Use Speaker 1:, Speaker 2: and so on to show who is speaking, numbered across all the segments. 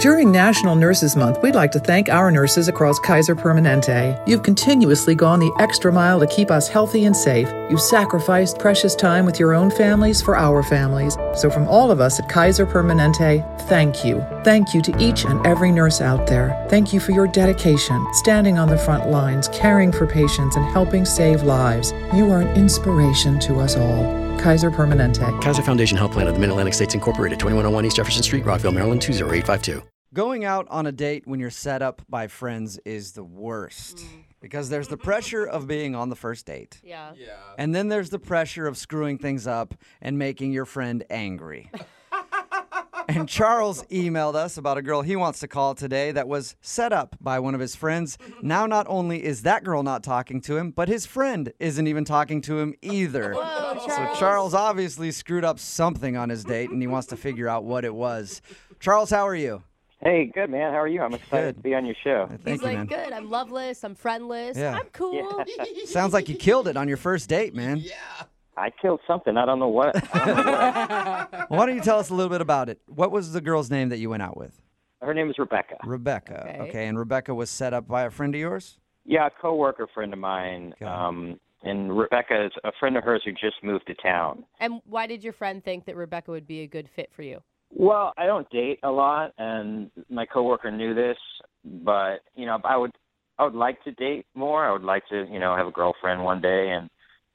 Speaker 1: During National Nurses Month, we'd like to thank our nurses across Kaiser Permanente. You've continuously gone the extra mile to keep us healthy and safe. You've sacrificed precious time with your own families for our families. So, from all of us at Kaiser Permanente, thank you. Thank you to each and every nurse out there. Thank you for your dedication, standing on the front lines, caring for patients, and helping save lives. You are an inspiration to us all. Kaiser Permanente.
Speaker 2: Kaiser Foundation Health Plan of the Mid Atlantic States Incorporated, 2101 East Jefferson Street, Rockville, Maryland, 20852.
Speaker 3: Going out on a date when you're set up by friends is the worst because there's the pressure of being on the first date.
Speaker 4: Yeah.
Speaker 3: And then there's the pressure of screwing things up and making your friend angry. and Charles emailed us about a girl he wants to call today that was set up by one of his friends. Now, not only is that girl not talking to him, but his friend isn't even talking to him either. So Charles obviously screwed up something on his date and he wants to figure out what it was. Charles, how are you?
Speaker 5: Hey, good man. How are you? I'm excited to be on your show.
Speaker 3: Thank
Speaker 4: He's
Speaker 3: you,
Speaker 4: like,
Speaker 3: man.
Speaker 4: good. I'm loveless. I'm friendless.
Speaker 3: Yeah.
Speaker 4: I'm cool.
Speaker 3: Sounds like you killed it on your first date, man.
Speaker 5: I killed something. I don't know what. Uh, I don't know what.
Speaker 3: Well, Why don't you tell us a little bit about it? What was the girl's name that you went out with?
Speaker 5: Her name is Rebecca.
Speaker 3: Rebecca.
Speaker 4: Okay.
Speaker 3: and Rebecca was set up by a friend of yours?
Speaker 5: Yeah, a coworker friend of mine. Um, and Rebecca is a friend of hers who just moved to town.
Speaker 4: And why did your friend think that Rebecca would be a good fit for you?
Speaker 5: Well, I don't date a lot, and my coworker knew this, but you know, I would, I would like to date more. I would like to, you know, have a girlfriend one day, and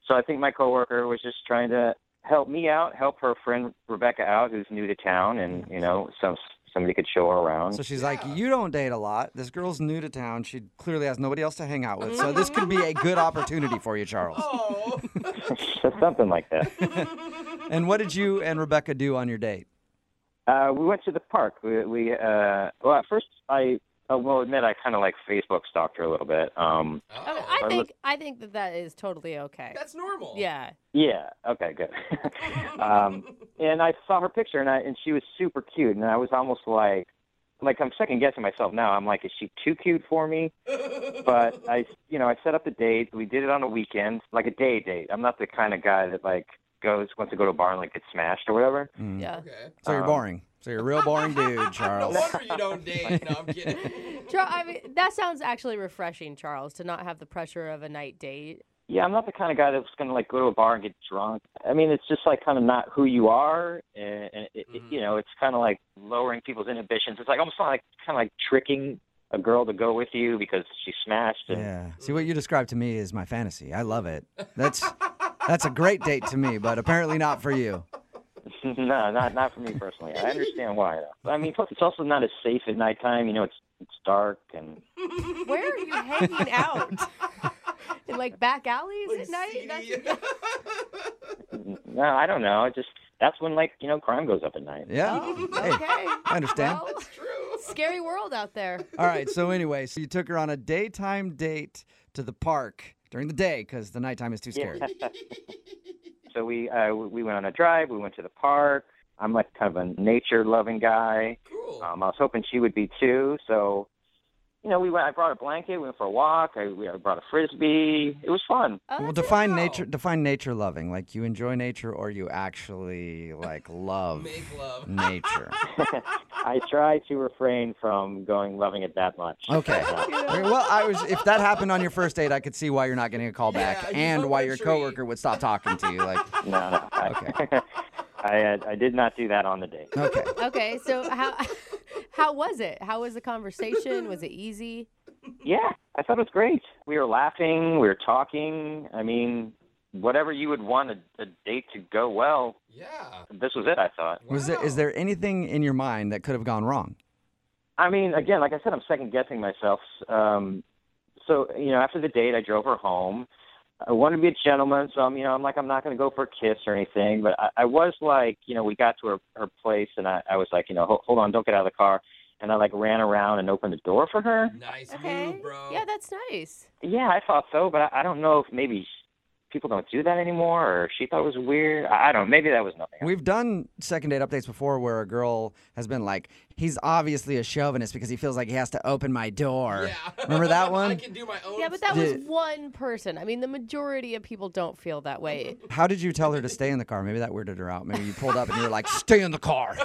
Speaker 5: so I think my coworker was just trying to help me out, help her friend Rebecca out, who's new to town, and you know, some somebody could show her around.
Speaker 3: So she's like, You don't date a lot. This girl's new to town. She clearly has nobody else to hang out with. So this could be a good opportunity for you, Charles.
Speaker 4: Oh.
Speaker 5: something like that.
Speaker 3: And what did you and Rebecca do on your date?
Speaker 5: Uh, we went to the park. We, we uh, well, at first I, I will admit I kind of like Facebook stalked her a little bit. Um,
Speaker 4: Okay, Oh. I think I think that that is totally okay. That's normal. Yeah.
Speaker 5: yeah, okay, good. um, and I saw her picture, and I and she was super cute, and I was almost like, like I'm second guessing myself now. I'm like, is she too cute for me? but I, you know, I set up the date. We did it on a weekend, like a day date. I'm not the kind of guy that like goes wants to go to a bar and like get smashed or whatever.
Speaker 3: Mm.
Speaker 4: Yeah.
Speaker 3: So you're boring. So you're a real boring dude, Charles.
Speaker 6: you don't date. No, I'm kidding.
Speaker 4: Char- I mean, that sounds actually refreshing, Charles, to not have the pressure of a night date.
Speaker 5: Yeah, I'm not the kind of guy that's gonna like go to a bar and get drunk. I mean, it's just like kind of not who you are, and, and it, it, you know, it's kind of like lowering people's inhibitions. It's like almost like kind of like tricking a girl to go with you because she's smashed. And,
Speaker 3: Yeah. See what you described to me is my fantasy. I love it. That's that's a great date to me, but apparently not for you.
Speaker 5: no, not not for me personally. I understand why. though. But, I mean, plus it's also not as safe at nighttime. You know, it's it's dark and
Speaker 4: Where are you hanging out? In like back alleys at night? That's-
Speaker 5: no, I don't know. It just that's when like you know crime goes up at night.
Speaker 3: Yeah. Hey,
Speaker 4: okay.
Speaker 3: I understand.
Speaker 4: That's true. Scary world out there.
Speaker 3: All right. So anyway, so you took her on a daytime date to the park during the day because the nighttime is too scary.
Speaker 5: So we uh, we went on a drive. We went to the park. I'm like kind of a nature loving guy.
Speaker 6: Cool.
Speaker 5: Um, I was hoping she would be too. So, you know, we went. I brought a blanket. We went for a walk. I, we, I brought a frisbee. It was fun.
Speaker 4: Oh,
Speaker 3: well,
Speaker 4: that's-
Speaker 3: define nature. Define nature loving. Like you enjoy nature, or you actually like love
Speaker 6: Make love.
Speaker 3: nature.
Speaker 5: I try to refrain from going loving it that much.
Speaker 3: Okay. Okay, Well, I was. If that happened on your first date, I could see why you're not getting a call back,
Speaker 6: Yeah, you
Speaker 3: and
Speaker 6: hung
Speaker 3: why
Speaker 6: a
Speaker 3: your
Speaker 6: tree.
Speaker 3: coworker would stop talking to you. Like,
Speaker 5: No, no. I,
Speaker 3: Okay.
Speaker 5: I uh, I did not do that on the date.
Speaker 3: okay.
Speaker 4: Okay, so how how was it? How was the conversation? Was it easy?
Speaker 5: Yeah, I thought it was great. We were laughing. We were talking. I mean, whatever you would want a, a date to go well.
Speaker 6: Yeah.
Speaker 5: This was it. I thought.
Speaker 3: Was there is there anything in your mind that could have gone wrong?
Speaker 5: I mean, again, like I said, I'm second guessing myself. Um, so you know, after the date, I drove her home. I wanted to be a gentleman, so I'm, you know, I'm like, I'm not going to go for a kiss or anything. But I, I was like, you know, we got to her, her place, and I, I was like, you know, "Ho- hold on, don't get out of the car. And I like ran around and opened the door for her.
Speaker 6: Nice
Speaker 4: Okay.
Speaker 6: move, bro.
Speaker 4: Yeah, that's nice.
Speaker 5: Yeah, I thought so, but I, I don't know if maybe people don't do that anymore, or she thought it was weird. I, I don't. Maybe that was nothing.
Speaker 3: We've done second date updates before where a girl has been like, he's obviously a chauvinist because he feels like he has to open my door.
Speaker 6: Yeah.
Speaker 3: Remember that
Speaker 6: I
Speaker 3: one?
Speaker 6: can do my own.
Speaker 4: Yeah, but that was
Speaker 3: Did-
Speaker 4: one person. I mean, the majority of people don't feel that way.
Speaker 3: How did you tell her to stay in the car? Maybe that weirded her out. Maybe you pulled up and you were like, stay in the car.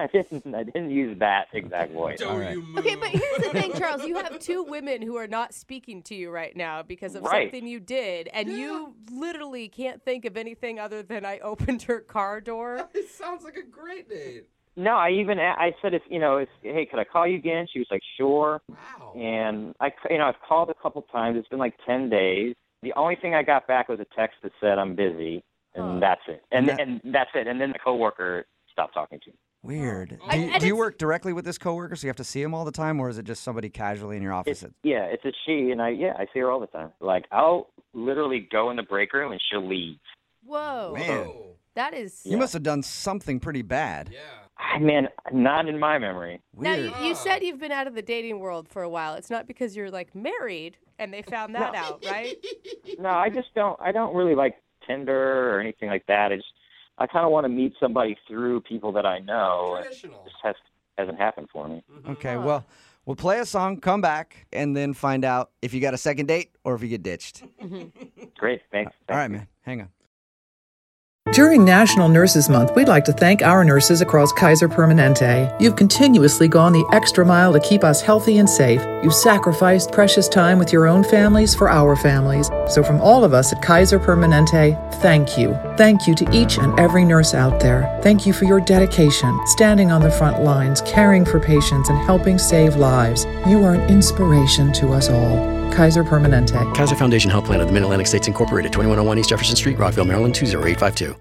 Speaker 5: I didn't. I didn't use that exact voice.
Speaker 3: All
Speaker 6: Don't
Speaker 3: right.
Speaker 6: you move.
Speaker 4: Okay, but here's the thing, Charles. You have two women who are not speaking to you right now because of
Speaker 5: Right.
Speaker 4: something you did, and you literally can't think of anything other than I opened her car door.
Speaker 6: It sounds like a great date.
Speaker 5: No, I even a- I said if you know, if, hey, could I call you again? She was like, sure.
Speaker 6: Wow.
Speaker 5: And I, c- you know, I've called a couple times. It's been like ten days. The only thing I got back was a text that said I'm busy, and that's it. And
Speaker 3: That-
Speaker 5: and that's it. And then the coworker stopped talking to me.
Speaker 3: Weird.
Speaker 6: I-
Speaker 3: Do, you-
Speaker 4: I
Speaker 3: do you
Speaker 4: just-
Speaker 3: work directly with this coworker, so you have to see him all the time, or is it just somebody casually in your office?
Speaker 5: It's, yeah, it's a she, and I yeah, I see her all the time. Like I'll literally go in the break room and she'll leave.
Speaker 4: Whoa,
Speaker 3: Man.
Speaker 6: Oh,
Speaker 4: that is.
Speaker 3: You must have done something pretty bad.
Speaker 6: yeah.
Speaker 5: I man, not in my memory.
Speaker 4: Now
Speaker 3: Weird.
Speaker 4: you, you said you've been out of the dating world for a while. It's not because you're like married and they found that out, right?
Speaker 5: No, I just don't. I don't really like Tinder or anything like that. I just I kind of want to meet somebody through people that I know. and It
Speaker 6: Traditional.
Speaker 5: just has hasn't happened for me.
Speaker 3: okay, well, we'll play a song, come back, and then find out if you got a second date or if you get ditched.
Speaker 5: Great, thanks.
Speaker 3: All
Speaker 5: thanks.
Speaker 3: right, man. Hang on.
Speaker 1: During National Nurses Month, we'd like to thank our nurses across Kaiser Permanente. You've continuously gone the extra mile to keep us healthy and safe. You've sacrificed precious time with your own families for our families. So, from all of us at Kaiser Permanente, thank you. Thank you to each and every nurse out there. Thank you for your dedication, standing on the front lines, caring for patients, and helping save lives. You are an inspiration to us all. Kaiser Permanente.
Speaker 2: oh Kaiser Foundation Health Plan of the Mid Atlantic States Incorporated, 2101 East Jefferson Street, Rockville, Maryland 20852.